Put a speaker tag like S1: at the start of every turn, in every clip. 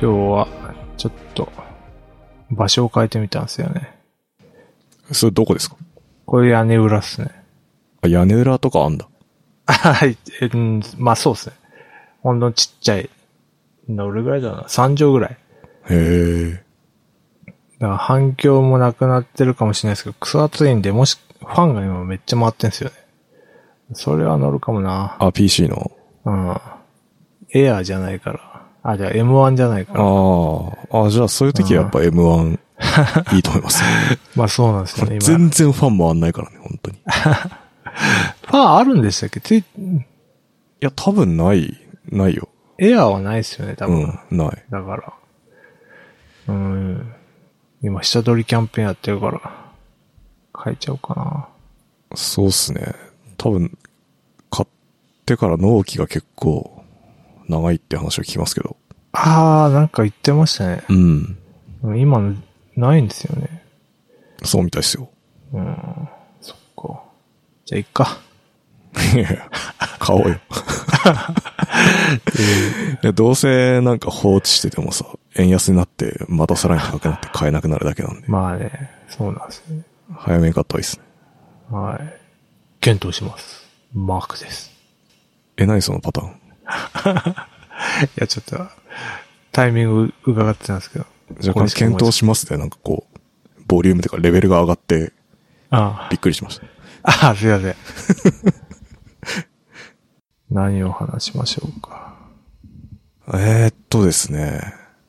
S1: 今日は、ちょっと、場所を変えてみたんですよね。
S2: それどこですか
S1: これ屋根裏っすね。
S2: あ屋根裏とかあんだ。
S1: はい、えうん、まあそうっすね。ほんのちっちゃい、どれぐらいだろうな、3畳ぐらい。
S2: へえ。
S1: だから反響もなくなってるかもしれないですけど、クソ暑いんで、もし、ファンが今めっちゃ回ってんすよね。それは乗るかもな。
S2: あ、PC の。
S1: うん。エアーじゃないから。あ、じゃあ M1 じゃないから。
S2: ああ。あ、じゃあそういう時はやっぱ M1 いいと思います、
S1: まあそうなんですよね、今。
S2: 全然ファンもあんないからね、本当に。い
S1: ファンあるんでしたっけつい、
S2: や、多分ない、ないよ。
S1: エアーはないですよね、多
S2: う
S1: 分。
S2: ん、ない。
S1: だから。うん。今、下取りキャンペーンやってるから、変えちゃおうかな。
S2: そうっすね。多分、買ってから納期が結構長いって話を聞きますけど。
S1: あー、なんか言ってましたね。
S2: うん。
S1: 今の、ないんですよね。
S2: そうみたいですよ。
S1: うん。そっか。じゃあ、いっか。
S2: いやいや 買おうよ。いやどうせなんか放置しててもさ、円安になって、またさらに高くなって買えなくなるだけなんで、
S1: まあね、そうなんですよね。
S2: 早めに買った方がいいですね。
S1: はい。検討します。マークです。
S2: え、何そのパターン
S1: いや、ちょっと、タイミング伺ってたんですけど。
S2: 若干検討
S1: し、
S2: しますね。なんかこう、ボリュームというかレベルが上がって
S1: あ
S2: びっくりしました。
S1: あ、あ、すいません。 何を話しましょうか。
S2: えー、っとですね、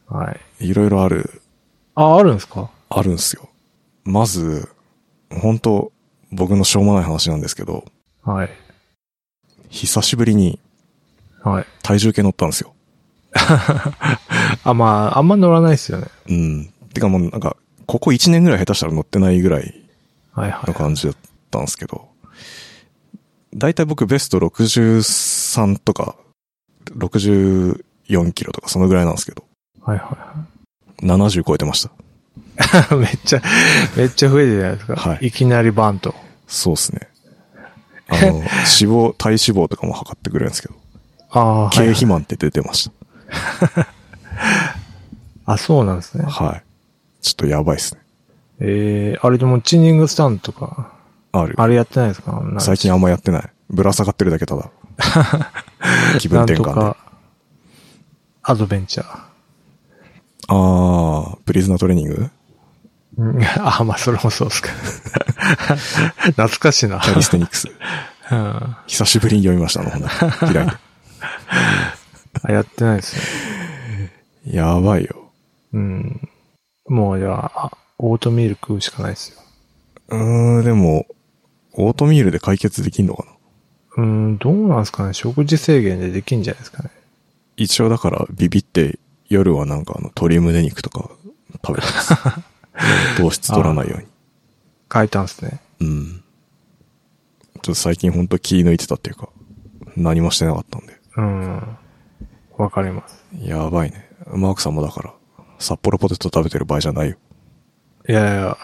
S1: はい。
S2: いろいろある、
S1: あ、あるんですか
S2: あるんすよ。まず、本当僕のしょうもない話なんですけど、
S1: はい。
S2: 久しぶりに
S1: はい。
S2: 体重計乗ったんですよ。
S1: あ、まあ、あんま乗らないですよね。
S2: うん。てかもうなんか、ここ1年ぐらい下手したら乗ってないぐらい
S1: はいはい。
S2: の感じだったんですけど、だいたい僕ベスト63とか、64キロとかそのぐらいなんですけど、
S1: はいは
S2: 70超えてました。
S1: いはい。 めっちゃ、めっちゃ増えてるじゃないですか。
S2: はい
S1: いきなりバンと。
S2: そうですね。あ の、脂肪、体脂肪とかも測ってくれるんですけど、
S1: ああ、
S2: 軽
S1: はい。
S2: 肥満って出てました。
S1: あ、そうなんですね。
S2: はい。ちょっとやばいっすね。
S1: ええあれでもチーニングスタンドとか、
S2: ある。
S1: あれやってないですかなんか
S2: 最近あんまやってない。ぶら下がってるだけ ただ。気分
S1: なん
S2: 転
S1: と
S2: 換で。
S1: か、アドベンチャー。
S2: あー、プリズナトレーニング
S1: うん あ、まあ、それもそうですか。 懐かしいな。
S2: キャリステニックス。
S1: うん。あ、
S2: 久しぶりに読みました、あの本。開いて。
S1: やってないですね。
S2: やばいよ。
S1: うん。もう、じゃあ、あオートミール食うしかないですよ。
S2: うーん、でも、オートミールで解決できんのかな
S1: うん、どうなんですかね。食事制限でできんじゃないですかね。
S2: 一応だから、ビビって、夜はなんかあの、鶏胸肉とか食べてます。 糖質取らないように。
S1: 書いたんですね。
S2: うん。ちょっと最近ほんと気抜いてたっていうか、何もしてなかったんで。
S1: うん。わかります。
S2: やばいね。マークさんもだから、札幌ポテト食べてる場合じゃないよ。
S1: いやいや、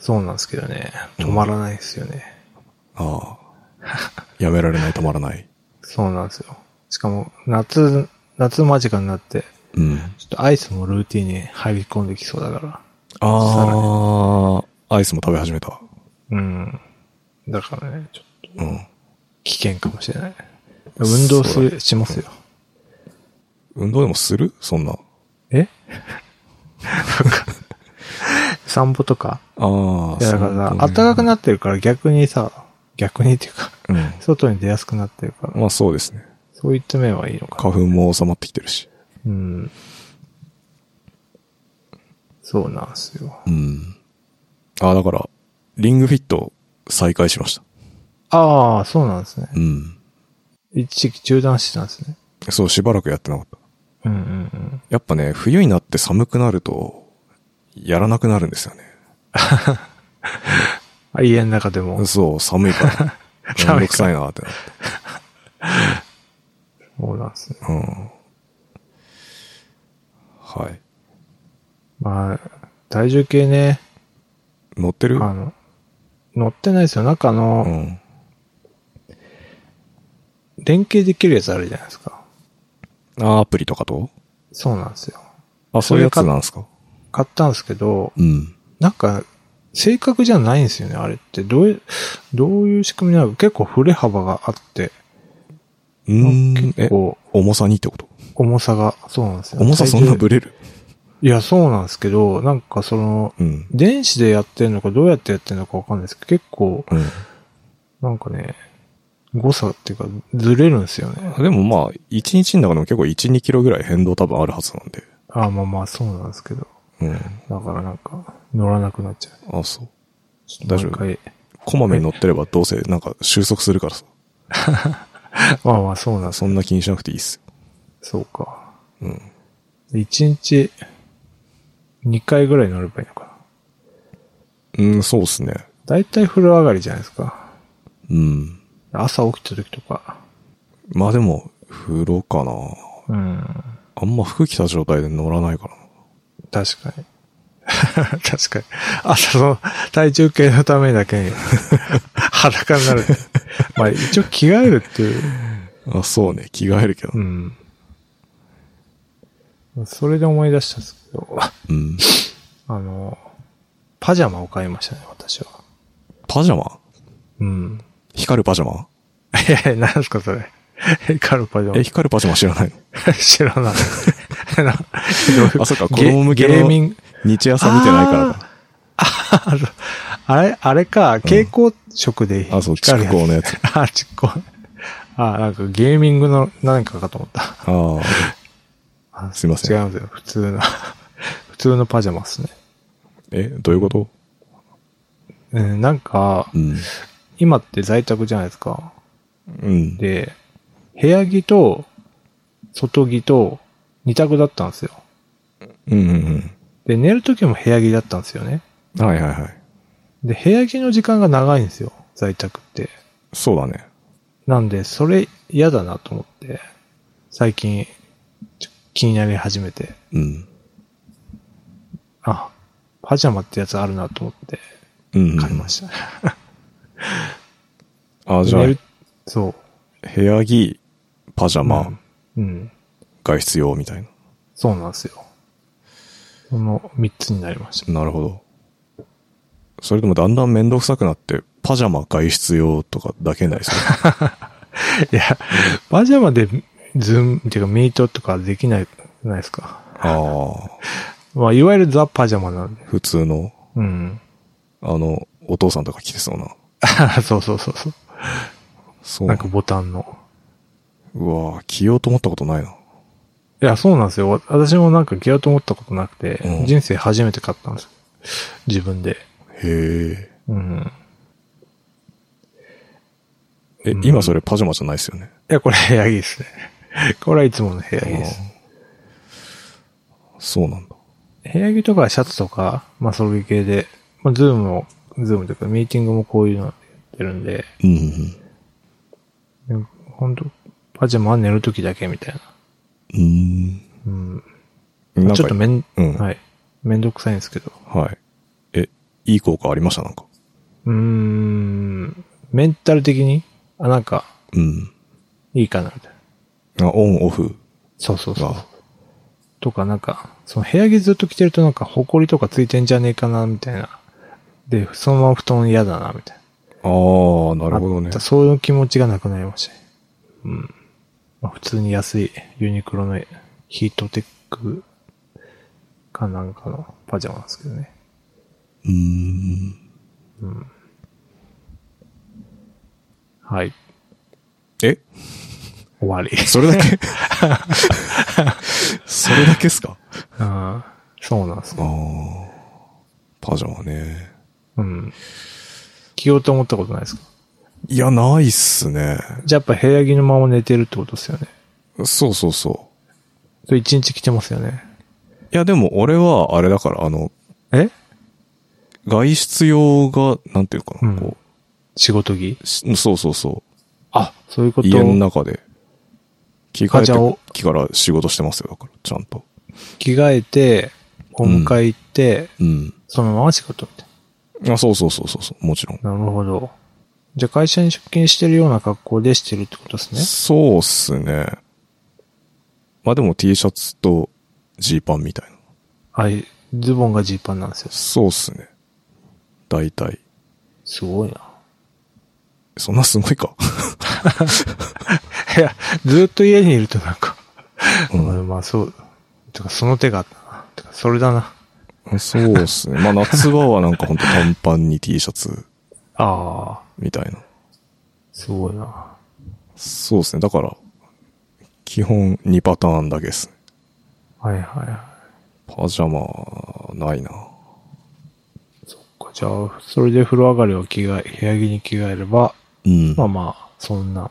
S1: そうなんですけどね。止まらないですよね。
S2: あ あ。やめられない、止まらない。
S1: そうなんですよ。しかも、夏、夏間近になって、
S2: うん。
S1: ちょっとアイスもルーティンに入り込んできそうだから。
S2: ああ、アイスも食べ始めた。
S1: うん。だからね、ちょっと
S2: うん。
S1: 危険かもしれない。運動する、しますよ。
S2: 運動でもするそんな。
S1: え 散歩とか
S2: ああ。
S1: いや、だから
S2: あ
S1: 暖かくなってるから逆にさ、逆にっていうか、
S2: うん。
S1: 外に出やすくなってるから、
S2: まあそうですね。
S1: そういった面はいいのかな。
S2: 花粉も収まってきてるし。
S1: うん。そうなんですよ。
S2: うん。ああ、だから、リングフィット再開しました。
S1: ああ、そうなんですね。
S2: うん。
S1: 一時期中断してたんですね。
S2: そう、しばらくやってなかった。
S1: うんうんうん。
S2: やっぱね、冬になって寒くなると、やらなくなるんですよね。
S1: あ家の中でも。
S2: そう、寒いから。め ん
S1: 寒
S2: ど
S1: い
S2: く
S1: から
S2: さいなってなっ
S1: そうなんですね。
S2: て。うん。はい。
S1: まあ、体重計ね、
S2: 乗って
S1: あ
S2: る
S1: の、乗ってないですよ。なんかあ
S2: う
S1: の、
S2: ん。
S1: 連携できるやつあるじゃないですか。
S2: あーアプリとかと
S1: そうなんですよ。
S2: あ、そういうやつなんですか
S1: 買ったんですけど、
S2: うん。
S1: なんか、正確じゃないんですよね、あれって。どういう、どういう仕組みなの結構振れ幅があって、
S2: うーん。
S1: 結
S2: え、
S1: 構
S2: 重さにってこと
S1: 重さが、そうなんですよ。
S2: 重さそんな
S1: 体重
S2: ブレる
S1: いや、そうなんですけど、なんかその、
S2: うん。
S1: 電子でやってるのかどうやってやってるのかわかんないですけど、結構、
S2: うん。
S1: なんかね、誤差っていうか、ずれるんですよね。
S2: でもまあ、1日の中でも結構1、2キロぐらい変動多分あるはずなんで。
S1: あまあまあ、そうなんですけど。
S2: うん。
S1: だからなんか、乗らなくなっちゃう。
S2: あ、そう。
S1: ちょっともう一回。
S2: こまめに乗ってればどうせなんか収束するからさ。
S1: まあまあ、そうなんです。
S2: そんな気にしなくていいっす
S1: そうか。
S2: よ。うん。
S1: 一日、二回ぐらい乗ればいいのかな。
S2: うん、そうっすね。
S1: だいたい風呂上がりじゃないですか。
S2: うん。
S1: 朝起きた時とか。
S2: まあでも、風呂かな。
S1: うん。
S2: あんま服着た状態で乗らないからな。
S1: 確かに。 確かに。朝の体重計のためだけに 裸になる。まあ一応着替えるっていう。
S2: あ、そうね。着替えるけど。
S1: うん。それで思い出したんですけど、
S2: うん。
S1: あの、パジャマを買いましたね、私は。
S2: パジャマ
S1: うん。
S2: 光るパジャマ
S1: いやいや、何すかそれ。 カルパジャ
S2: え、
S1: マ。
S2: 光るパジャマ知らないの
S1: 知らない。な
S2: あ、そうか、子供向け
S1: ゲーミ
S2: の
S1: ング。
S2: 日朝見てないからか。
S1: あのあれ、あれか、蛍光色で
S2: あ、そう、
S1: 光
S2: 蓄
S1: る
S2: 光のやつ。
S1: あ、ちっこい。あ、なんかゲーミングの何かかと思った。
S2: ああ、
S1: あ
S2: すいません
S1: 違うんですよ。普通の、 普通のパジャマっすね。
S2: え、どういうこと
S1: うん、なんか
S2: う、ん。
S1: 今って在宅じゃないですか。
S2: うん。
S1: で、部屋着と外着と二択だったんですよ。
S2: うんうん
S1: で、寝る時も部屋着だったんですよね。
S2: うん。はいはいはい。
S1: で、部屋着の時間が長いんですよ。在宅って。
S2: そうだね。
S1: なんで、それ嫌だなと思って、最近、ちょ気になり始めて、
S2: うん。
S1: あ、パジャマってやつあるなと思って
S2: うん、うん。
S1: 買いました。
S2: あ、じゃあ
S1: 寝、るそう。
S2: 部屋着、パジャマ、
S1: うん。うん。
S2: 外出用みたい
S1: そうなんですよ。その3つになりました。
S2: な。なるほど。それでもだんだんめんどくさくなって、パジャマ外出用とかだけになりそう。
S1: いや、パジャマでズーム、っていうかミートとかできない、ないですか。
S2: ああ、
S1: まあ、いわゆるザ・パジャマなんで。
S2: 普通の、
S1: うん。
S2: あの、お父さんとか着てそうな。
S1: そうそうそうそう。
S2: そう
S1: な
S2: なん
S1: か
S2: ん
S1: ボタンの。
S2: うわぁ、着ようと思ったことないな。
S1: いや、そうなんですよ。わ私もなんか着ようと思ったことなくて、
S2: うん
S1: 人生初めて買ったんですよ。自分で。
S2: へ
S1: うん。
S2: え。え、
S1: うん
S2: 今それパジャマじゃないですよね。
S1: いや、これ部屋着ですね。 これはいつもの部屋着です。
S2: あーそうなんだ。
S1: 部屋着とかシャツとか、まあ、そういう系で、まあ、ズームも、ズームというか、ミーティングもこういうのやってるんで、
S2: うんうん
S1: でもほんと、パジャマは寝るときだけみたいな。
S2: うん。
S1: うん。
S2: うん。なんか
S1: ちょっとめん、
S2: うん
S1: はい。めんどくさいんですけど。
S2: はい。え、いい効果ありましたなんか。
S1: うーん。メンタル的に、あ、なんか、
S2: うん。
S1: いいかな、みたいな。
S2: あ、オン、オフ
S1: そうそうそう。
S2: が。
S1: とかなんか、その部屋着ずっと着てるとなんか、埃とかついてんじゃねえかな、みたいな。で、そのまま布団嫌だな、みたいな。
S2: ああ、なるほど
S1: あ
S2: ね
S1: った。そういう気持ちがなくなりましたね。うん。まあ、普通に安いユニクロのヒートテックかなんかのパジャマなんですけどね。
S2: うん。
S1: はい。
S2: え
S1: 終わ り。
S2: それだけ それだけっすか
S1: うん。そうなんです
S2: あ
S1: か。
S2: あ。パジャマね。
S1: うん。着ようと思ったことないですか
S2: いや、ないっすね。
S1: じゃあやっぱ部屋着のまま寝てるってことですよね。
S2: そうそうそう。
S1: それ一日着てますよね。
S2: いや、でも俺は、あれだから、あの、
S1: え
S2: 外出用が、なんていうかな、
S1: うん
S2: こ
S1: 仕事着
S2: うし、そうそうそ
S1: あ、そういうこと
S2: う、家の中で、着替
S1: あじゃあ
S2: え
S1: お
S2: てきから仕事してますよ、だから、ちゃんと。
S1: 着替えて、お迎え行って、
S2: うん。
S1: そのまま仕事みたい
S2: あ、そうそうそうそうそう、もちろん。
S1: な。なるほど。じゃあ会社に出勤してるような格好でしてるってことですね。
S2: そうっすね。まあでも T シャツとジーパンみたいな。
S1: あれ、ズボンがジーパンなんですよ。
S2: そうっすね。大体。
S1: すごいな。
S2: そんなすごいか。
S1: いや、ずっと家にいるとなんか、
S2: うん
S1: まあそう、てかその手があったな。てかそれだな。
S2: そうですね。まあ夏場はなんかほんと短パンに T シャツ
S1: ああ、
S2: みたいな。
S1: すごいな。
S2: そうですね。だから、基本2パターンだけですね。
S1: はいはいはい。
S2: パジャマ、ないな。
S1: こうじゃあ、それで風呂上がりを着替え、部屋着に着替えれば、
S2: うん。
S1: まあまあ、そんな、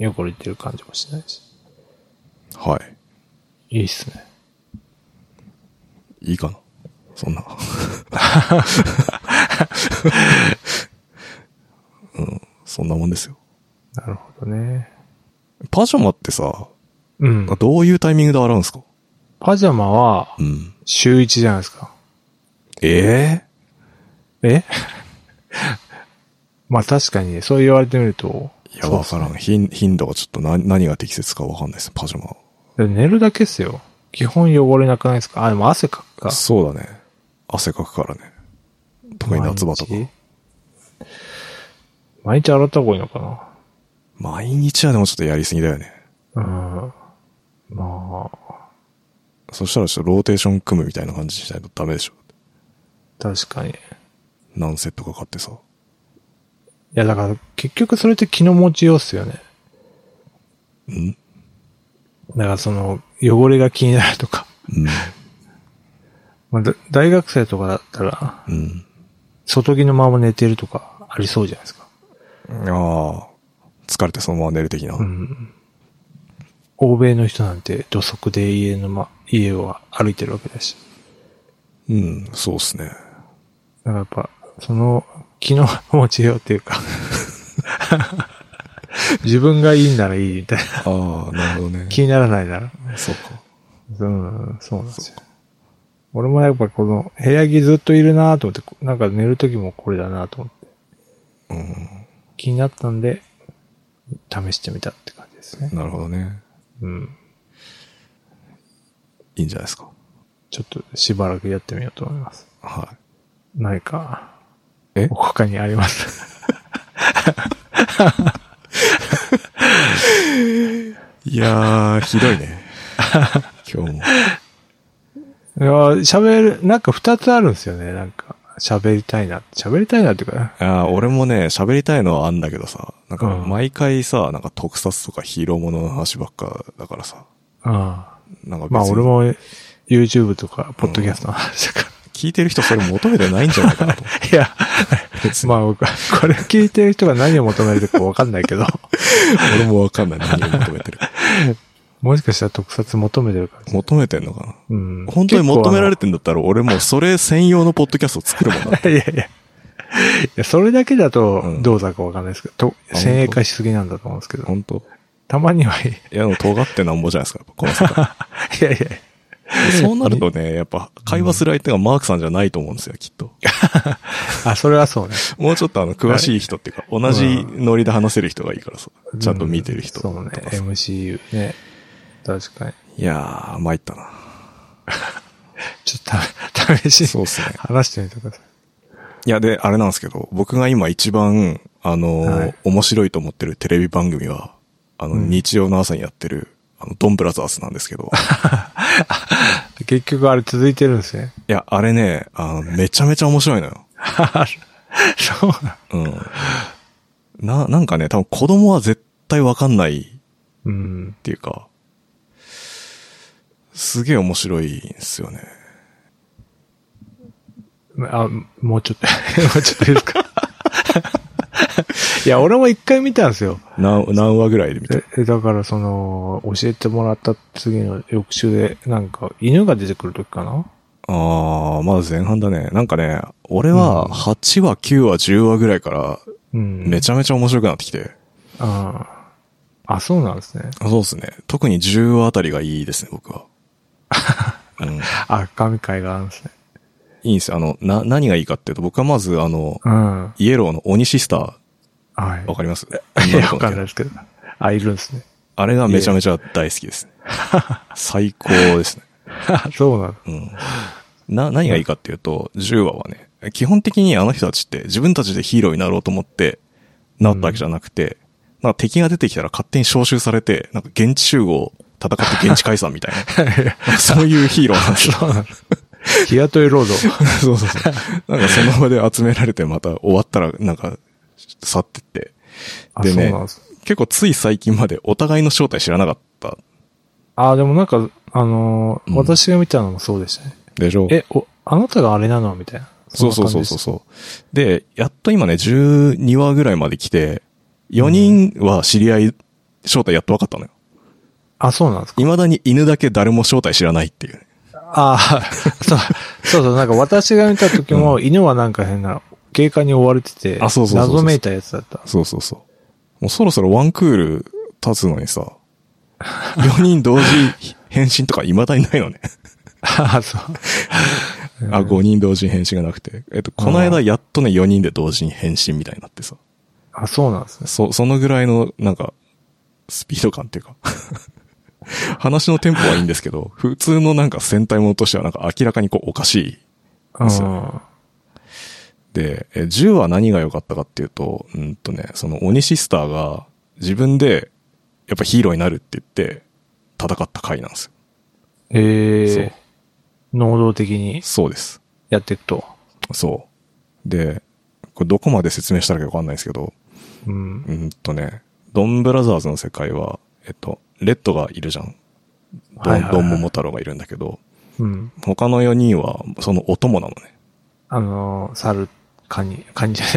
S1: 汚れてる感じもしないし。
S2: はい
S1: いっすね。
S2: い。いいかな。そん な。うん。そんなもんですよ。
S1: なるほどね。
S2: パジャマってさ、
S1: うん。
S2: どういうタイミングで洗うんですか
S1: パジャマは、
S2: うん。
S1: 週1じゃないですか。
S2: え
S1: え まあ確かに、そう言われてみると。
S2: えいや、わからん。頻頻度がちょっとな何が適切かわかんないですね、パジャマ。
S1: でも寝るだけっすよ。基本汚れなくないですかあ、でも汗かくか。
S2: そうだね。汗かくからね。特に夏場とか。
S1: 毎日。毎日洗った方がいいのか
S2: 毎日はでもちょっとやりすぎだよね。
S1: なうん。まあ、
S2: そしたらちょっとローテーション組むみたいな感じしないとダメでしょ。
S1: 確かに。い
S2: 何セットか買ってさ。
S1: や、だから、結局それって気の持ちようっすよね。
S2: うん
S1: だからその、汚れが気になるとか。
S2: うん。
S1: まあ、だ大学生とかだったら、
S2: うん。
S1: 外着のまま寝てるとか、ありそうじゃないですか。
S2: ああ。疲れてそのまま寝る的な。
S1: うん。欧米の人なんて土足で家のま、家を歩いてるわけだし。
S2: うん、そうっすね。
S1: だからやっぱ、その、気の持ちようっていうか、 自分がいいんならいいみたいな。
S2: ああ、なるほどね。
S1: 気にならないなら。
S2: そうか。
S1: うん、そうなんですよ。俺もやっぱこの部屋着ずっといるなと思って、なんか寝る時もこれだなと思って
S2: うん。
S1: 気になったんで、試してみたって感じですね。
S2: なるほどね。
S1: うん。
S2: いいんじゃないですか。
S1: ちょっとしばらくやってみようと思います。
S2: はい。
S1: 何か、
S2: え
S1: 他にあります。
S2: いやー、ひど いね。今日も。
S1: いや喋る、なんか二つあるんですよね。なんか、喋りたいな。喋りたいなっていうか、
S2: ああ、俺もね、喋りたいのはあんだけどさ、なんか
S1: うん
S2: 毎回さ、なんか特撮とかヒーローものの話ばっかだからさ、
S1: ああ
S2: なんか別に
S1: まあ俺も YouTube とか、ポッドキャストの話だか
S2: 聞いてる人それ求めてないんじゃないかな と。
S1: ら。いや、
S2: 別に、
S1: まあ僕は、これ聞いてる人が何を求めるかわかんないけ ど、
S2: 俺もわかんない何を求めてるか。
S1: もしかしたら特撮求めてるかもしれない
S2: 求めてんの か
S1: うん
S2: な本当に求められ
S1: て
S2: てんだったら俺もうそれ専用のポッドキャスト作るもんな。
S1: いやいや。いや、それだけだ
S2: う
S1: と
S2: ん
S1: どうだかわかんないですけど、
S2: あ
S1: と、先鋭化しすぎなんだと思うんですけど、
S2: 本当
S1: たまにはいい。
S2: いや、でも尖ってなんぼじゃないですか、やっぱこの 世界
S1: いやいや。
S2: そうなるとね、やっぱ会話する相手がマークさんじゃないと思うんですよ、きっと。
S1: あ、それはそうね。
S2: もうちょっとあの、詳しい人っていうか、同じノリで話せる人がいいからさ、ちゃんと見てる人
S1: そ
S2: と
S1: うね。
S2: かさ。
S1: MCU ね。確かに。
S2: いやー、参ったな。
S1: ちょっとた、試し
S2: そう
S1: に
S2: っすね。
S1: 話してみてください。
S2: いや、で、あれなんですけど、僕が今一番、あのー、
S1: はい
S2: 面白いと思ってるテレビ番組は、あの、
S1: うん
S2: 日曜の朝にやってる、あの、ドンブラザーズなんで すけど、
S1: 結局あれ続いてるんですね。
S2: いや、あれね、あの、めちゃめちゃ面白いのよ。
S1: そうな
S2: うん。な、なんかね、多分子供は絶対わかんないっ
S1: うん。
S2: ていうか、すげえ面白いんですよね。
S1: あ、もうちょっと、 もうちょっといいですか。 いや、俺も一回見たんですよ。
S2: 何、何話ぐらいで見て
S1: ええだから、その、教えてもらった次の翌週で、なんか、犬が出てくる時かな
S2: ああ、まだ前半だね。なんかね、俺は
S1: うん
S2: 8話、9話、10話ぐらいから
S1: うん。
S2: めち
S1: ゃ。
S2: ゃめちゃ面白くなってきて。
S1: ああ。あ、そうなんですね。
S2: あそうですね。特に10話あたりがいいですね、僕は。うん、い
S1: あ、神回があるんですね。
S2: いんですよ。あの、な、何がいいかっていうと、僕はまず、あの、
S1: うん。は
S2: イエローの鬼シスター、わかります
S1: い。いや、わかんない
S2: い。
S1: ですけど。あ、いるんですね。
S2: あれがめ ちゃめちゃ大好きですね。最高ですね。
S1: そうなんだ
S2: うん。な、何がいいかっていうと、10話はね、基本的にあの人たちって自分たちでヒーローになろうと思って、なったわけじゃなくて、なんか敵が出てきたら勝手に招集されて、なんか現地集合、戦って現地解散みたい な。そういうヒーローなんですよ。
S1: そうなんです。日雇い労働。
S2: そうそうそう。 なんかその場で集められてまた終わったらなんか去ってって。
S1: あ、
S2: で
S1: そう
S2: ね
S1: なんです。
S2: 結構つい最近までお互いの正体知らなかった
S1: あ、でもなんか、あのー
S2: うん
S1: 私が見たのもそうでしたね。
S2: でしょ
S1: え、お、あなたがあれなのみたいな。
S2: そうそ
S1: ん
S2: う
S1: な
S2: そ
S1: 感
S2: う
S1: じ
S2: そう
S1: です
S2: そう。で、やっと今ね、12話ぐらいまで来て、4人は知り合い、正体やっと分かったのよ。
S1: あ、そうなんですか。
S2: 未だに犬だけ誰も正体知らないっていうね。
S1: あーそう、そうそう、なんか私が見た時も、犬はなんか変な、警官に追われてて、
S2: あそうそうそうそう
S1: 謎めいたやつだった。
S2: そうそうそう。もうそろそろワンクール経つのに さ、4人同時返信とか未だにないのね。
S1: あそう。
S2: あ、5人同時に返信がなくて。えっと、この間やっとね、4人で同時に返信みたいになってさ。
S1: あ、そうなんですね。
S2: そ、そのぐらいの、なんか、スピード感っていうか。 話のテンポはいいんですけど、普通のなんか戦隊ものとしてはなんか明らかにこうおかしい。
S1: うん。
S2: そうで、え10は何が良かったかっていうと、うんとね、その鬼シスターが自分でやっぱヒーローになるって言って戦った回なんですよ。
S1: え
S2: そ
S1: え
S2: う
S1: 能動的に
S2: そうです。
S1: やっていくと。
S2: そう。で、これどこまで説明したらいいかわかんないですけど、
S1: うん。
S2: うんとね、ドンブラザーズの世界は、えっと、レッドがいるじゃん。ドン、
S1: はいはいはい
S2: ドンモモ太郎がいるんだけど、
S1: うん。
S2: 他の4人は、そのお供なのね。
S1: あのー、猿、カニ、カニじゃ な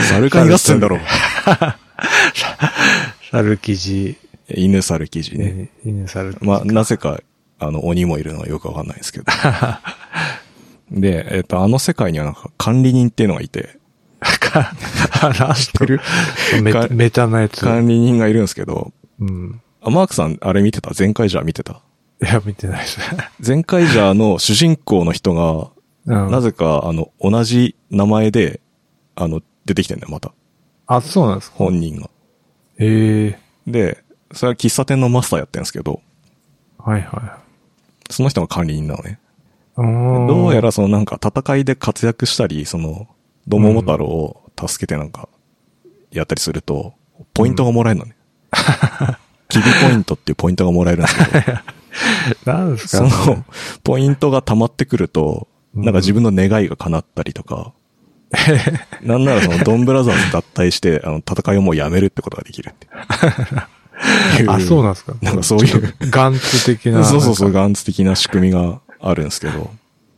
S1: い。
S2: 猿カニ合戦だろ。
S1: 猿生地、
S2: 犬猿記事ね。
S1: ね、犬猿生 地。
S2: まあ、なぜか、あの、鬼もいるのはよくわかんない ですけど。で、えっと、あの世界にはなんか管理人っていうのがいて、
S1: か、話してるメ
S2: か
S1: タメタなやつ。
S2: 管理人がいるんですけど、
S1: うん。
S2: あマークさん、あれ見てた前回じゃ見てた
S1: いや、見てない です。
S2: 前回じゃの主人公の人が、
S1: な
S2: なぜか、あの、同じ名前で、あの、出てきてんだよ、また。
S1: あ、そうなんですか。
S2: 本人が。
S1: ええ
S2: で、それは喫茶店のマスターやってるんですけど、
S1: はいは
S2: その人が管理人なのね。
S1: い。うん
S2: どうやらそのなんか戦いで活躍したり、その、ドモモ太郎を助けてなんか、やったりすると、ポイントがもらえるのね。キビポイントっていうポイントがもらえるんで すけど、
S1: なんです
S2: そ
S1: か
S2: の、ポイントが溜まってくると、
S1: うん
S2: なんか自分の願いが叶ったりとか、なんならそのドンブラザーズ脱退して、あの、戦いをもうやめるってことができるって。
S1: あ、そう
S2: な
S1: なんですか。
S2: なんかそういう、
S1: ガンツ的な。。
S2: そうそうそうう、ガンツ的な仕組みがあるんですけど、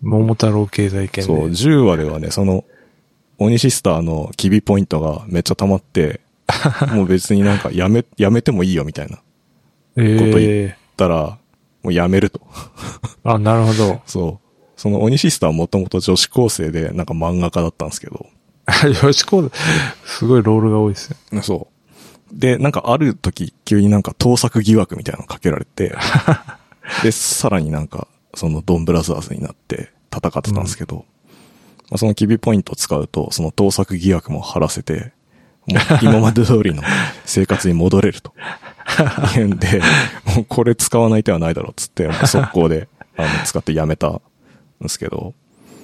S1: 桃太郎経済圏
S2: そう、
S1: で。
S2: 10話ではね、その、鬼シスターのキビポイントがめっちゃ溜まって、もう別になんかやめ、やめてもいいよみたいな。こと
S1: え
S2: 言
S1: え
S2: たら、もうやめると。
S1: あ、なるほど。
S2: そう。その鬼シスターはもともと女子高生で、なんか漫画家だったんですけど。
S1: よしこ、すごいロールが多いですね。
S2: そう。で、なんかある時、急になんか盗作疑惑みたいなのかけられて、で、さらになんか、そのドンブラザーズになって戦ってたんですけど、まあ、そのキビポイントを使うと、その盗作疑惑も晴らせて、もう今まで通りの生活に戻れると。いうんで、もうこれ使わない手はないだろうっつって、もう速攻で、あの、使ってやめたんですけど、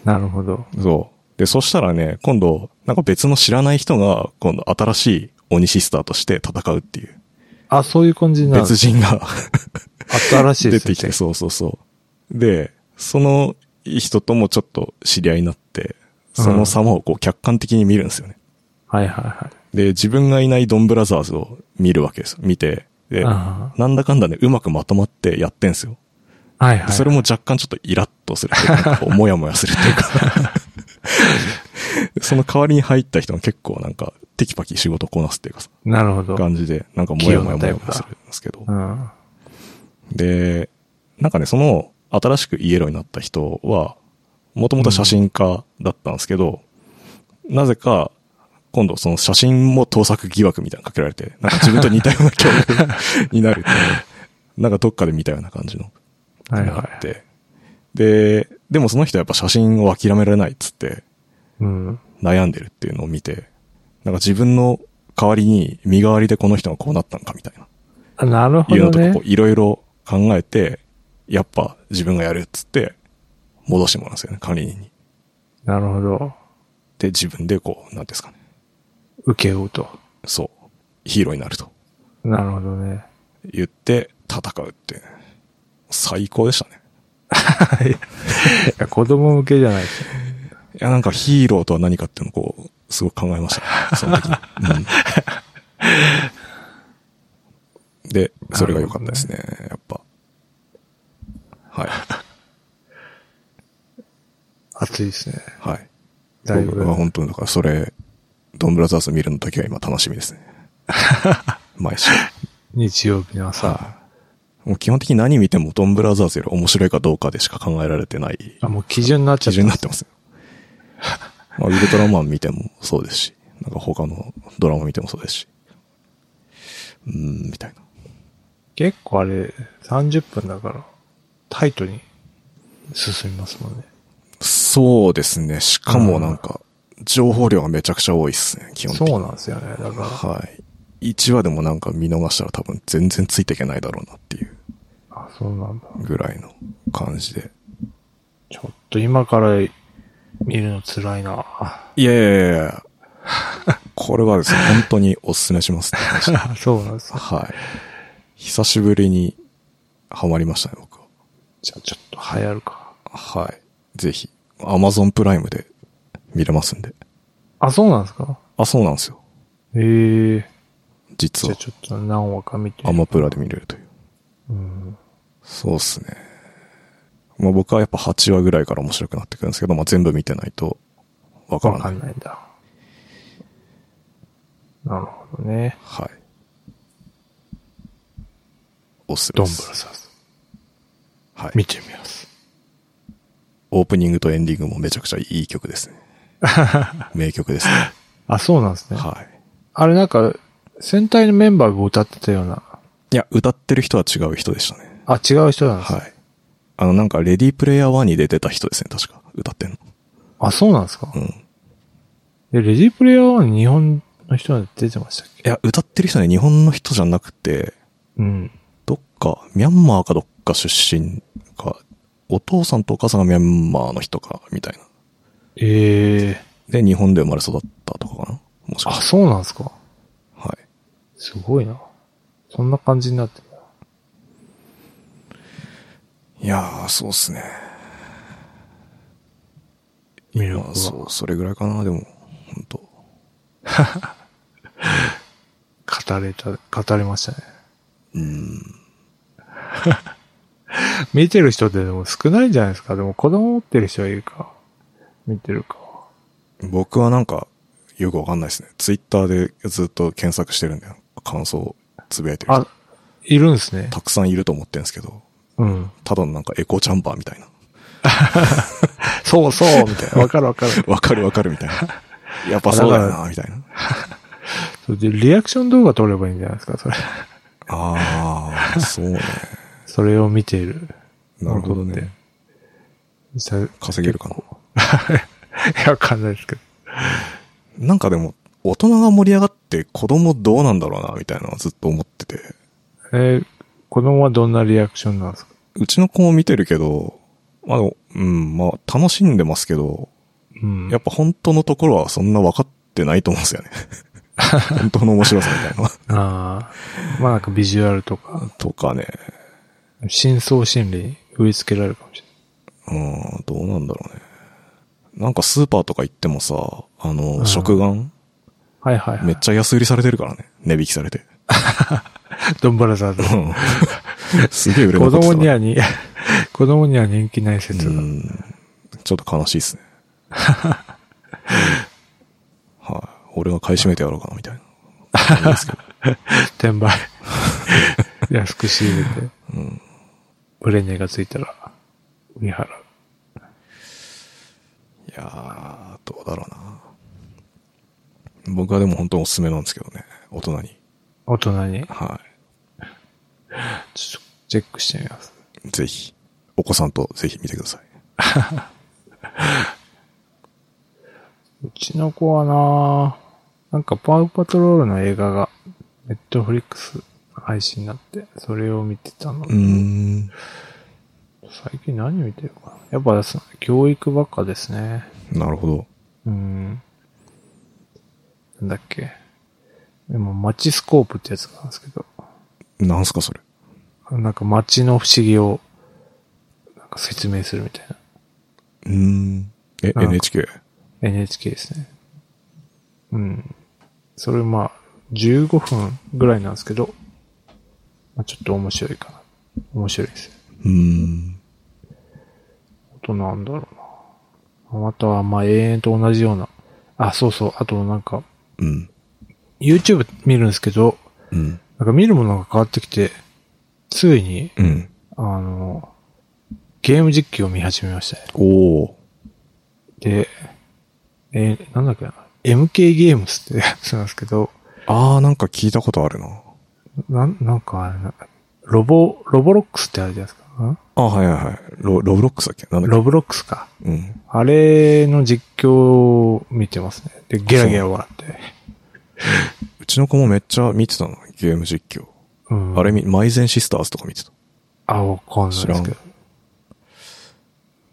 S1: なるほど。
S2: そう。で、そしたらね、今度、なんか別の知らない人が、今度新しい鬼シスターとして戦うっていう、
S1: あ、そういう感じなん
S2: 別 人が
S1: 新しいで
S2: 出
S1: すね。
S2: てきて、そうそうそう。で、その人ともちょっと知り合いになって、その様をこう客観的に見るんですよね。
S1: はいはいはい。
S2: で、自分がいないドンブラザーズを見るわけですよ。見て。で、
S1: あ
S2: なんだかんだね、うまくまとまってやってんすよ。
S1: あはいは
S2: で
S1: い。
S2: それも若干ちょっとイラッとするっていうか。なんかこうもやもやするって いうか。その代わりに入った人が結構なんか、テキパキ仕事こなすっていうかさ、
S1: なるほど。
S2: 感じで、なんかもやもやもやもやするんですけど
S1: う。ん。
S2: で、なんかね、その、新しくイエローになった人は、もともと写真家だったんですけど、なぜか、今度その写真も盗作疑惑みたいなのかけられて、なんか自分と似たような境遇になるっていうなんかどっかで見たような感じの
S1: はい
S2: があ
S1: は
S2: っ
S1: い。
S2: て。で、でもその人はやっぱ写真を諦められないっつって
S1: うん。
S2: 悩んでるっていうのを見て、なんか自分の代わりに身代わりでこの人がこうなったのかみたいな。
S1: あなるほ
S2: いうの
S1: ど
S2: とか
S1: ね
S2: こう。いろいろ考えて、やっぱ自分がやるっつって、戻してもらうんですよね、管理人に。
S1: なるほど。
S2: で、自分でこう、なんていうんですかね。
S1: 受け負うと。
S2: そう。ヒーローになると
S1: なるほどね。
S2: 言って戦うって。最高でしたね。
S1: はい。いや子供向けじゃないですね。
S2: いや、なんかヒーローとは何かっていうのをこう、すごく考えま した。その時。うんで、それが良かったですね。やっぱ。はい。
S1: 暑いですね。
S2: はい。
S1: だいぶ
S2: 僕は本当に、だからそれ、ドンブラザーズ見るの時は今楽しみですね。毎 週。
S1: 日曜日の朝。
S2: はい。もう基本的に何見てもドンブラザーズより面白いかどうかでしか考えられてない
S1: あ、もう基準になっちゃ
S2: 基
S1: っ
S2: 準
S1: た。
S2: になってます。まあ、ウルトラマン見てもそうですし、なんか他のドラマ見てもそうですし。うーん、みたいな。
S1: 結構あれ、30分だから、タイトに進みますもんね。
S2: そうですね。しかもなんか、情報量がめちゃくちゃ多いですね、基本的に。
S1: そうなんですよね。だか
S2: はい。1話でもなんか見逃したら多分全然ついていけないだろうなっていう
S1: ら、あ、そうなんだ。
S2: ぐらいの感じで。
S1: ちょっと今から見るの辛いな。
S2: いやいやいやい やこれはですね、本当にお勧めしますね。
S1: そうなんですね。
S2: はい。久しぶりにハマりましたね、僕は。
S1: じゃあちょっと流行るか。
S2: はい。ぜひ、アマゾンプライムで見れますんで。
S1: あ、そうなんですか
S2: あ、そうなんですよ。
S1: ええ
S2: 実
S1: じゃあ
S2: は、
S1: ちょっと何話か見て。
S2: アマプラで見れるという。
S1: うん。
S2: そうですね。まあ僕はやっぱ8話ぐらいから面白くなってくるんですけど、まあ全部見てないとわから
S1: わ
S2: な
S1: か
S2: い。
S1: んないんだ。なるほどね。
S2: はい。おすすめ
S1: ドン
S2: で
S1: ブラ
S2: す。
S1: ザーズ。
S2: はい。
S1: 見てみます。
S2: オープニングとエンディングもめちゃくちゃいい曲ですね。名曲ですね。
S1: あ、そうなんですね。
S2: はい。
S1: あれなんか、戦隊のメンバーが歌ってたような。
S2: いや、歌ってる人は違う人でしたね。
S1: あ、違う人なんです、
S2: はい。あの、なんか、レディープレイヤー1に出てた人ですね、確か。歌ってんの。
S1: あ、そうなんですか、
S2: うん。い
S1: でレディープレイヤー1日本の人なんて出てましたっけ
S2: や、歌ってる人ね、日本の人じゃなくて、
S1: うん。
S2: どっか、ミャンマーかどっか出身か、お父さんとお母さんがミャンマーの人か、みたいな。
S1: ええ
S2: で、日本で生まれ育ったとかかなもしか
S1: あ、
S2: して。
S1: そうなんですか
S2: はい。
S1: すごいな。そんな感じになってる
S2: いやー、そうっすね。
S1: 魅力は
S2: まあそう、それぐらいかな、でも、本当
S1: 語れた、語れましたね。
S2: うん。
S1: 見てる人ってでも少ないんじゃないですかでも子供持ってる人はいるか。見てるか。
S2: 僕はなんか、よくわかんないですね。ツイッターでずっと検索してるんで、感想をつぶやいてる人
S1: あ、いるんですね。
S2: たくさんいると思ってるんですけど、
S1: うん。
S2: ただのなんかエコチャンバーみたいな。
S1: そうそうみた いな。わかるわかる。
S2: わかるわかるみたいな。やっぱそうだよな、みたいな。
S1: それで、リアクション動画撮ればいいんじゃないですかそれ。
S2: ああ、そうね。
S1: それを見ている。
S2: なるほどね。
S1: さい
S2: 稼げるかな。
S1: や、わか んないですけど。
S2: なんかでも、大人が盛り上がって子供どうなんだろうな、みたいなのはずっと思ってて。
S1: えー子供はどんなリアクションなんですか
S2: うちの子も見てるけど、まあでも、うん、まあ楽しんでますけど、
S1: うん
S2: やっぱ本当のところはそんな分かってないと思うんですよね。 本当の面白さみたいなのは。
S1: ああ。まあなんかビジュアルとか、
S2: とかね。
S1: 深層心理に植え付けられるかもしれ
S2: うん、どうなんだろうね。なんかスーパーとか行ってもさ、あ
S1: う
S2: の、
S1: ん
S2: 食玩
S1: ない。はいはいはい。
S2: めっちゃ安売りされてるからね。値引きされて。
S1: ドンブラザー ズ。
S2: うんすげえ売れ
S1: 子
S2: 残ってた
S1: 供
S2: な
S1: にはに、 子供には人気ない説
S2: う
S1: だ。
S2: ん。ちょっと悲しいっす ね。はい。俺が買い占めてやろうかな、みたいな。
S1: 転売。 安く仕入れて。
S2: うん。
S1: ブレネがついたら、売り払う。
S2: いやー、どうだろうな。僕はでも本当におすすめなんですけどね。大人に。
S1: 大人に、
S2: は
S1: ちょっとチェックしてみます。
S2: い。ぜひ、お子さんとぜひ見てください。
S1: うちの子はななんかパウパトロールの映画が、ネットフリックス配信になって、それを見てたの。
S2: うーん。
S1: 最近何見てるかな。やっぱです、教育ばっかですね。
S2: なるほど。
S1: うん。なんだっけ。今、マチスコープってやつなんですけど、
S2: なんすか、それ。
S1: なんか街の不思議を、なんか説明するみたいな。
S2: うーん。え、
S1: なんか
S2: NHK。
S1: NHK ですね。うん。それまあ、15分ぐらいなんですけど、まあ、ちょっと面白いかな。面白いです。
S2: うーん。
S1: あとなんだろうな。あとはまあ永遠と同じような。あ、そうそう。あとなんか、
S2: うん。
S1: YouTube 見るんですけど、
S2: うん。
S1: なんか見るものが変わってきて、ついに、
S2: うん。
S1: あの、ゲーム実況を見始めましたね。
S2: おー。
S1: で、えーなんだっけな。MK ゲームスってやつなんですけど、
S2: あー、なんか聞いたことあるな。
S1: なん、なんかあれな、ロボ、ロボロックスってあるじゃないですか。ん
S2: あ、はいはいはい。ロ、ロブロックスだっけなんだっ
S1: ロブロックスか。
S2: けうん。
S1: あれの実況を見てますね。で、ゲラゲラ笑って。
S2: うちの子もめっちゃ見てたの。ゲーム実況。
S1: うん
S2: あれみ、マイゼンシスターズとか見てた。
S1: あ、わかんないですけど
S2: 知。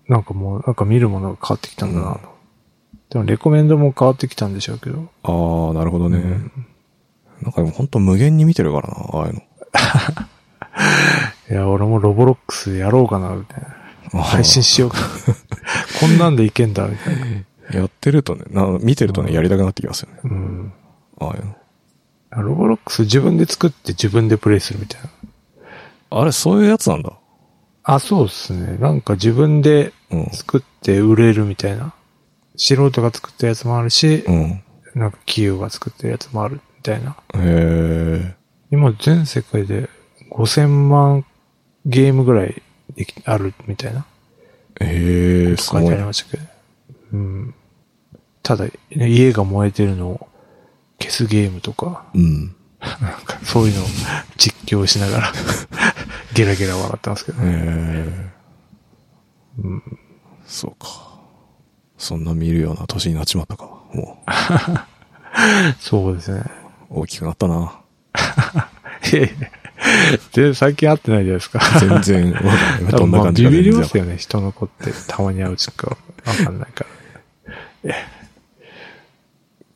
S1: なんかもう、なんか見るものが変わってきたんだなと。でも、レコメンドも変わってきたんでしょうけど。
S2: あー、なるほどね。
S1: うん
S2: なんかでも本当無限に見てるからな、ああいうの。
S1: いや、俺もロボロックスやろうかな、みたいな。
S2: あー
S1: 配信し ようかな。こんなんでいけんだ、みたいな。
S2: やってるとね、な見てるとね、やりたくなってきますよね。
S1: うん。
S2: ああいうの。
S1: ロボロックス自分で作って自分でプレイするみたいな。
S2: あれ、そういうやつなんだ。
S1: あ、そうっすね。なんか自分で
S2: うん。
S1: 作って売れるみたいな。素人が作ったやつもあるし、
S2: うん。
S1: なんか企業が作ったやつもあるみたいな。
S2: へ
S1: 今全世界で5000万ゲームぐらいできあるみたいな
S2: え。へえ、す
S1: 書
S2: ご
S1: い
S2: い
S1: てあり。ましたけど。うん。ただ、家が燃えてるのを消すゲームとか、
S2: うん。
S1: なんかそういうのを実況しながら ゲラゲラ笑ってますけど
S2: へ
S1: ね。
S2: え。
S1: うん、
S2: そうか。そんな見るような年になっちまったか。も
S1: そうですね。
S2: う、大きくなったな。
S1: いやいや で、最近会ってないじゃないですか。
S2: 全然、わかんな
S1: 多
S2: い。ど
S1: 分
S2: ん
S1: ま
S2: な
S1: あ
S2: 感じ
S1: ビ
S2: か
S1: ビ
S2: 全
S1: り
S2: 然
S1: ま
S2: わ
S1: す
S2: かん
S1: よね、人の子って。たまに会うちかわかんないから。
S2: ない。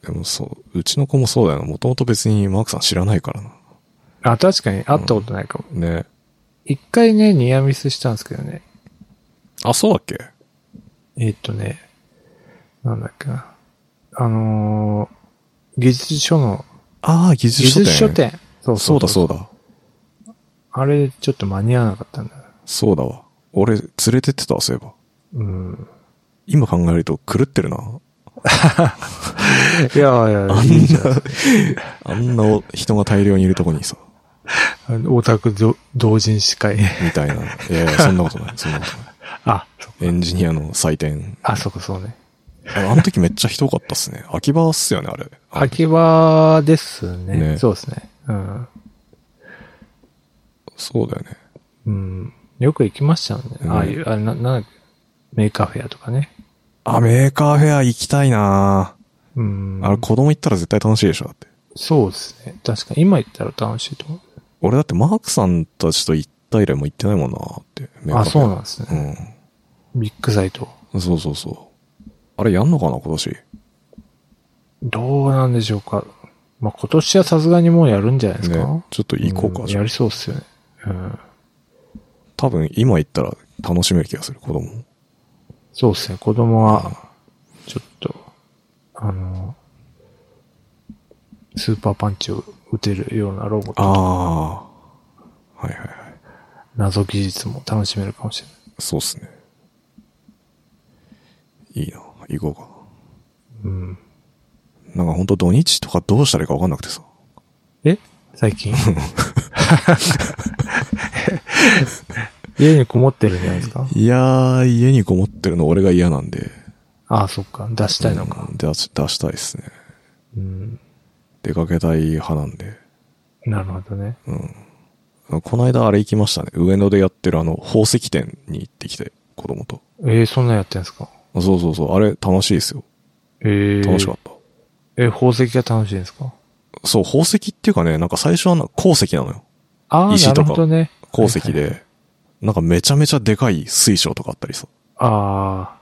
S2: でもそう、うちの子もそうだよな。もともと別にマークさん知らないからな。
S1: あ、確かに会ったことないかも。
S2: ね。
S1: 一回ね、ニアミスしたんですけどね。
S2: あ、そうだっけ
S1: えーっとね、なんだっけな。あのー、技術書の、
S2: ああ、技
S1: 技
S2: 術書店。
S1: 術書店。そ
S2: そうだそうだ。
S1: あれ、ちょっと間に合わなかったんだ。
S2: そうだわ。俺、連れてってたわ、そういえば。
S1: うん。
S2: 今考えると狂ってるな。
S1: いやいや、
S2: あん
S1: いいじ
S2: な、あんな人が大量にいるとこにさ、
S1: ゃん。 オタクど同人誌会。
S2: みたいな。いやいや、そんなことない。そんなことな
S1: あ、そ
S2: い。エンジニアの祭典。
S1: あ、そこそうね。
S2: ああの時めっちゃひどかったっすね。秋葉っすよね、あれ。あ
S1: 秋葉ですね。
S2: ね
S1: そうですね。うん。
S2: そうだよね。
S1: うん。よく行きましたよね。
S2: うん
S1: ああいう、あれ、な、なんだっけメーカーフェアとかね。
S2: あ、メーカーフェア行きたいな
S1: うん。
S2: あれ、子供行ったら絶対楽しいでしょ、だって。
S1: そうですね。確かに、今行ったら楽しいと思
S2: 俺だってマークさんたちと行った以来も行ってないもんなって。メ
S1: う。
S2: ーカ
S1: あ、
S2: ーフェ
S1: そ
S2: ア
S1: うなんですね。ビッグサイト。
S2: うん。そうそうそう。あれやんのかな、今年。
S1: どうなんでしょうか。まあ、今年はさすがにもうやるんじゃないですか、
S2: ね。ちょっと行こうか、
S1: ん
S2: じゃ
S1: や
S2: あ
S1: りそうっすよね。うん。
S2: 多分今行ったら楽しめる気がする、子供。
S1: そうっすね。子供は、ちょっと、あの、スーパーパンチを打てるようなロボッ
S2: あ
S1: ト、
S2: あ。はいはいはい。
S1: 謎技術も楽しめるかもしれない。
S2: そうっすね。いいな。行こ
S1: うん。
S2: うかな。なんかほんと土日とかどうしたらいいかわかんなくてさ。
S1: え最 近家にこもってるんじゃないですか
S2: いやー、家にこもってるの俺が嫌なんで。
S1: ああ、そっか。出したいのか。
S2: うん出し、出したいっすね。
S1: うん。
S2: 出かけたい派なんで。
S1: なるほどね。
S2: この間あれ行きましたね。上野でやってるあの、宝石店に行ってきて、子供と。
S1: ええそんなんやってんすか
S2: そうそうそう。あれ楽しいですよ。
S1: ええ
S2: 楽しかった。
S1: え、宝石が楽しいんですか
S2: そう、宝石っていうかね、なんか最初はな鉱石なのよ。
S1: ああ、
S2: 石
S1: な
S2: とか
S1: るほどね。
S2: 鉱石で、
S1: はいはい
S2: なんかめちゃめちゃでかい水晶とかあったりさ、
S1: あ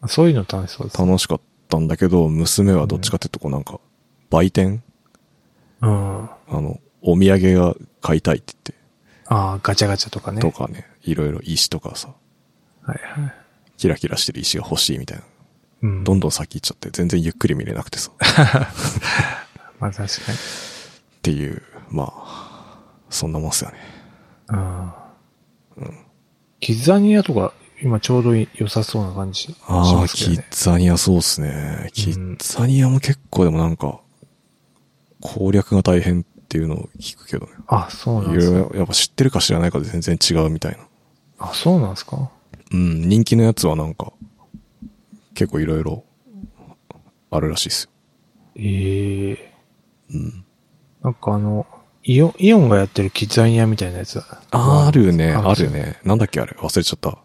S1: あ、そういうの楽しそうです。
S2: 楽しかったんだけど、娘はどっちかっていうとこうなんか、売店
S1: うん。あ
S2: あの、お土産が買いたいって言っ
S1: あー、ガチャガチャとかね。
S2: て、とかね、いろいろ石とかさ、
S1: はいはい。
S2: キラキラしてる石が欲しいみたいな。
S1: うん。
S2: どんどん先行っちゃって、全然ゆっくり見れなくてさ。っ
S1: まあ確かに。
S2: ていう、まあ、そんなもんっすよね。
S1: うん。キッザニアとか、今ちょうどい良さそうな感じし
S2: ああ、
S1: ますけ
S2: キ
S1: ど
S2: ッ
S1: ね。
S2: ザニアそうっすね。キッザニアも結構でもなんか、攻略が大変っていうのを聞くけどね。
S1: あ、そうなん
S2: い
S1: です
S2: ろい
S1: か。
S2: ろやっぱ知ってるか知らないかで全然違うみたいな。
S1: あ、そうなんですか。
S2: うん、人気のやつはなんか、結構いろいろあるらしいっすよ。
S1: ええ
S2: うん。
S1: なんかあの、イオン、イオンがやってるキッザニアみたいなやつだ。
S2: あるね、
S1: ある
S2: あるね。なんだっけあれ忘れちゃった。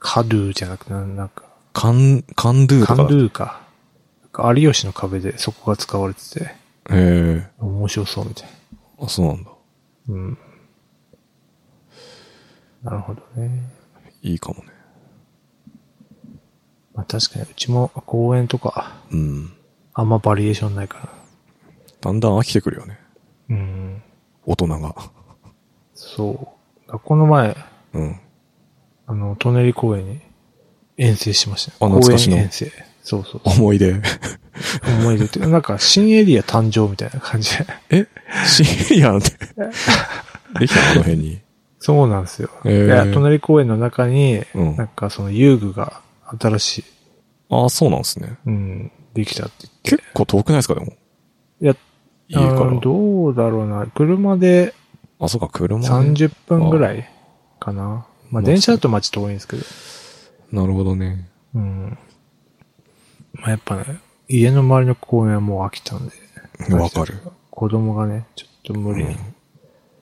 S1: カドゥじゃなくて、なんなんか、
S2: カン、カンドゥと
S1: カ
S2: か
S1: ン
S2: だ。
S1: ドゥか。なんか有吉の壁でそこが使われてて、
S2: へえ
S1: 面白そうみたいな。
S2: あ、そうなんだ。
S1: うん。なるほどね。
S2: いいかもね。
S1: まあ確かに、うちも公園とか、
S2: うん。
S1: あんまバリエーションないか
S2: だんだん飽きてくるよね。
S1: ら。うん。
S2: 大人が。
S1: そう。この前、
S2: うん。
S1: あの、トンネリ公園に遠征しましたね。
S2: あ懐かしの
S1: 公園遠征。そうそう。
S2: 思い出。
S1: 思い出って いうか、なんか新エリア誕生みたいな感じで。
S2: えシンエリアなんて。できたのあの辺に。
S1: そうなんですよ。
S2: へー
S1: いや、隣公園の中に、
S2: うん
S1: なんかその遊具が新しい、
S2: ああ、そうなんですね。
S1: うん、できたって言っ
S2: 結
S1: て。
S2: 構遠くないですか、でも。
S1: いや、
S2: 家か
S1: うん
S2: ら。
S1: どうだろうな。車で
S2: あ、そうか、車で。
S1: 30分ぐらいかな。まあ電車だと街遠いんですけど。
S2: なるほどね。
S1: うん。まあやっぱね、家の周りの公園はもう飽きたんで。
S2: わかる。
S1: 子供がね、ちょっと無理に。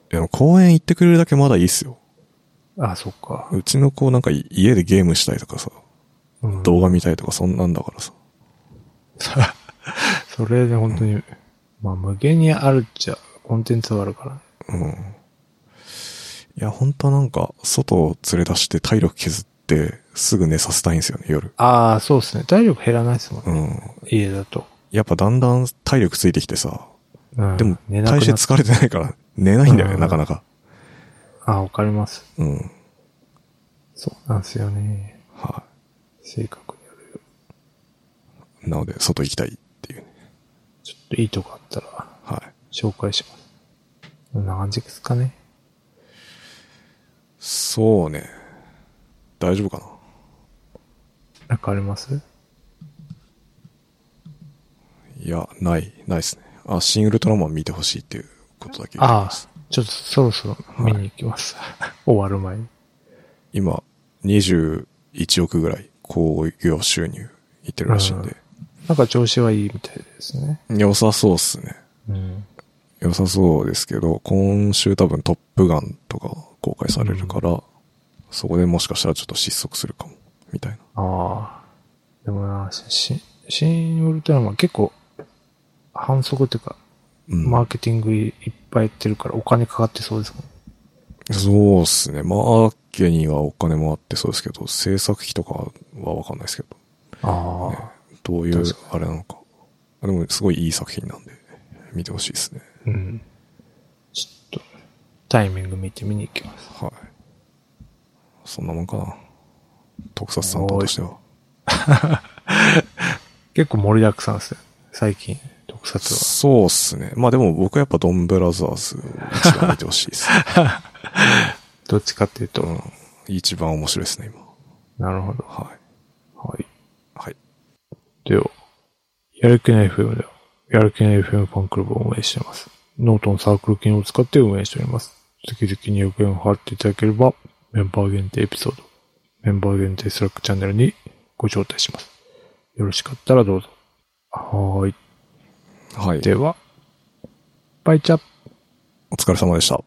S2: でも公園行ってくれるだけまだいいっすよ。
S1: あ、そっか。
S2: うちの子なんかい家でゲームしたりとかさ、
S1: うん
S2: 動画見たりとかそんなんだからさ。
S1: それで本当に、まあ無限にあるっちゃ、コンテンツはあるからね。
S2: うん。いや、本当はなんか、外を連れ出して体力削って、すぐ寝させたいんですよね、夜。
S1: ああ、そうですね。体力減らないですもんね。
S2: うん。
S1: 家だと。
S2: やっぱだんだん体力ついてきてさ、
S1: うん、
S2: でも、
S1: 寝なくな
S2: 大して疲れてないから、寝ないんだよね、
S1: うん
S2: なかなか。
S1: ああ、わかります。
S2: うん。
S1: そうなんですよね。
S2: は
S1: 性格による。
S2: い。なので、外行きたいっていうね。
S1: ちょっといいとこあったら、
S2: はい。
S1: 紹介します。こんな感じですかね。
S2: そうね。大丈夫かな
S1: なんかあります
S2: いや、ない、ないですね。あ、新ウルトラマン見てほしいっていうことだけ言って
S1: ああ
S2: ます。、
S1: ちょっとそろそろ見に行きます。終わる前に。
S2: 今、21億ぐらい、工業収入いってるらしいんで。
S1: なんか調子はいいみたいですね。
S2: 良さそうっすね。
S1: うん。
S2: 良さそうですけど、今週多分トップガンとか公開されるから、そこでもしかしたらちょっと失速するかも、みたいな。
S1: ああ。でもな、し、し新ウルトラマン結構、反則っていうか、
S2: うん。
S1: マーケティングいいっぱいやってるからお金かかってそうですもん。
S2: そうっすね。マーケにはお金もあってそうですけど、制作費とかはわかんないですけど、
S1: ああ。
S2: どういう
S1: 確、
S2: あれなのか。でも、すごいいい作品なんで、見てほしいですね。
S1: うん。ちょっと、タイミング見て見に行きます。
S2: はい。そんなもんかな。特撮担当としては。
S1: 結構盛りだくさんですよ。最近、特撮は。
S2: そうっすね。まあでも僕はやっぱドンブラザーズを一番見てほしいですね。
S1: どっちかっていうと。
S2: うん。一番面白いですね、今。
S1: なるほど。
S2: はい。
S1: はい。
S2: はい。
S1: では、やる気ない FM では、やる気ない FM ファンクラブを運営しています。ノートのサークル機能を使って運営しております。月々200円を払っていただければ、メンバー限定エピソード、メンバー限定スラックチャンネルにご招待します。よろしかったらどうぞ。はーい。
S2: はい。
S1: では、バイチャップ
S2: お疲れ様でした。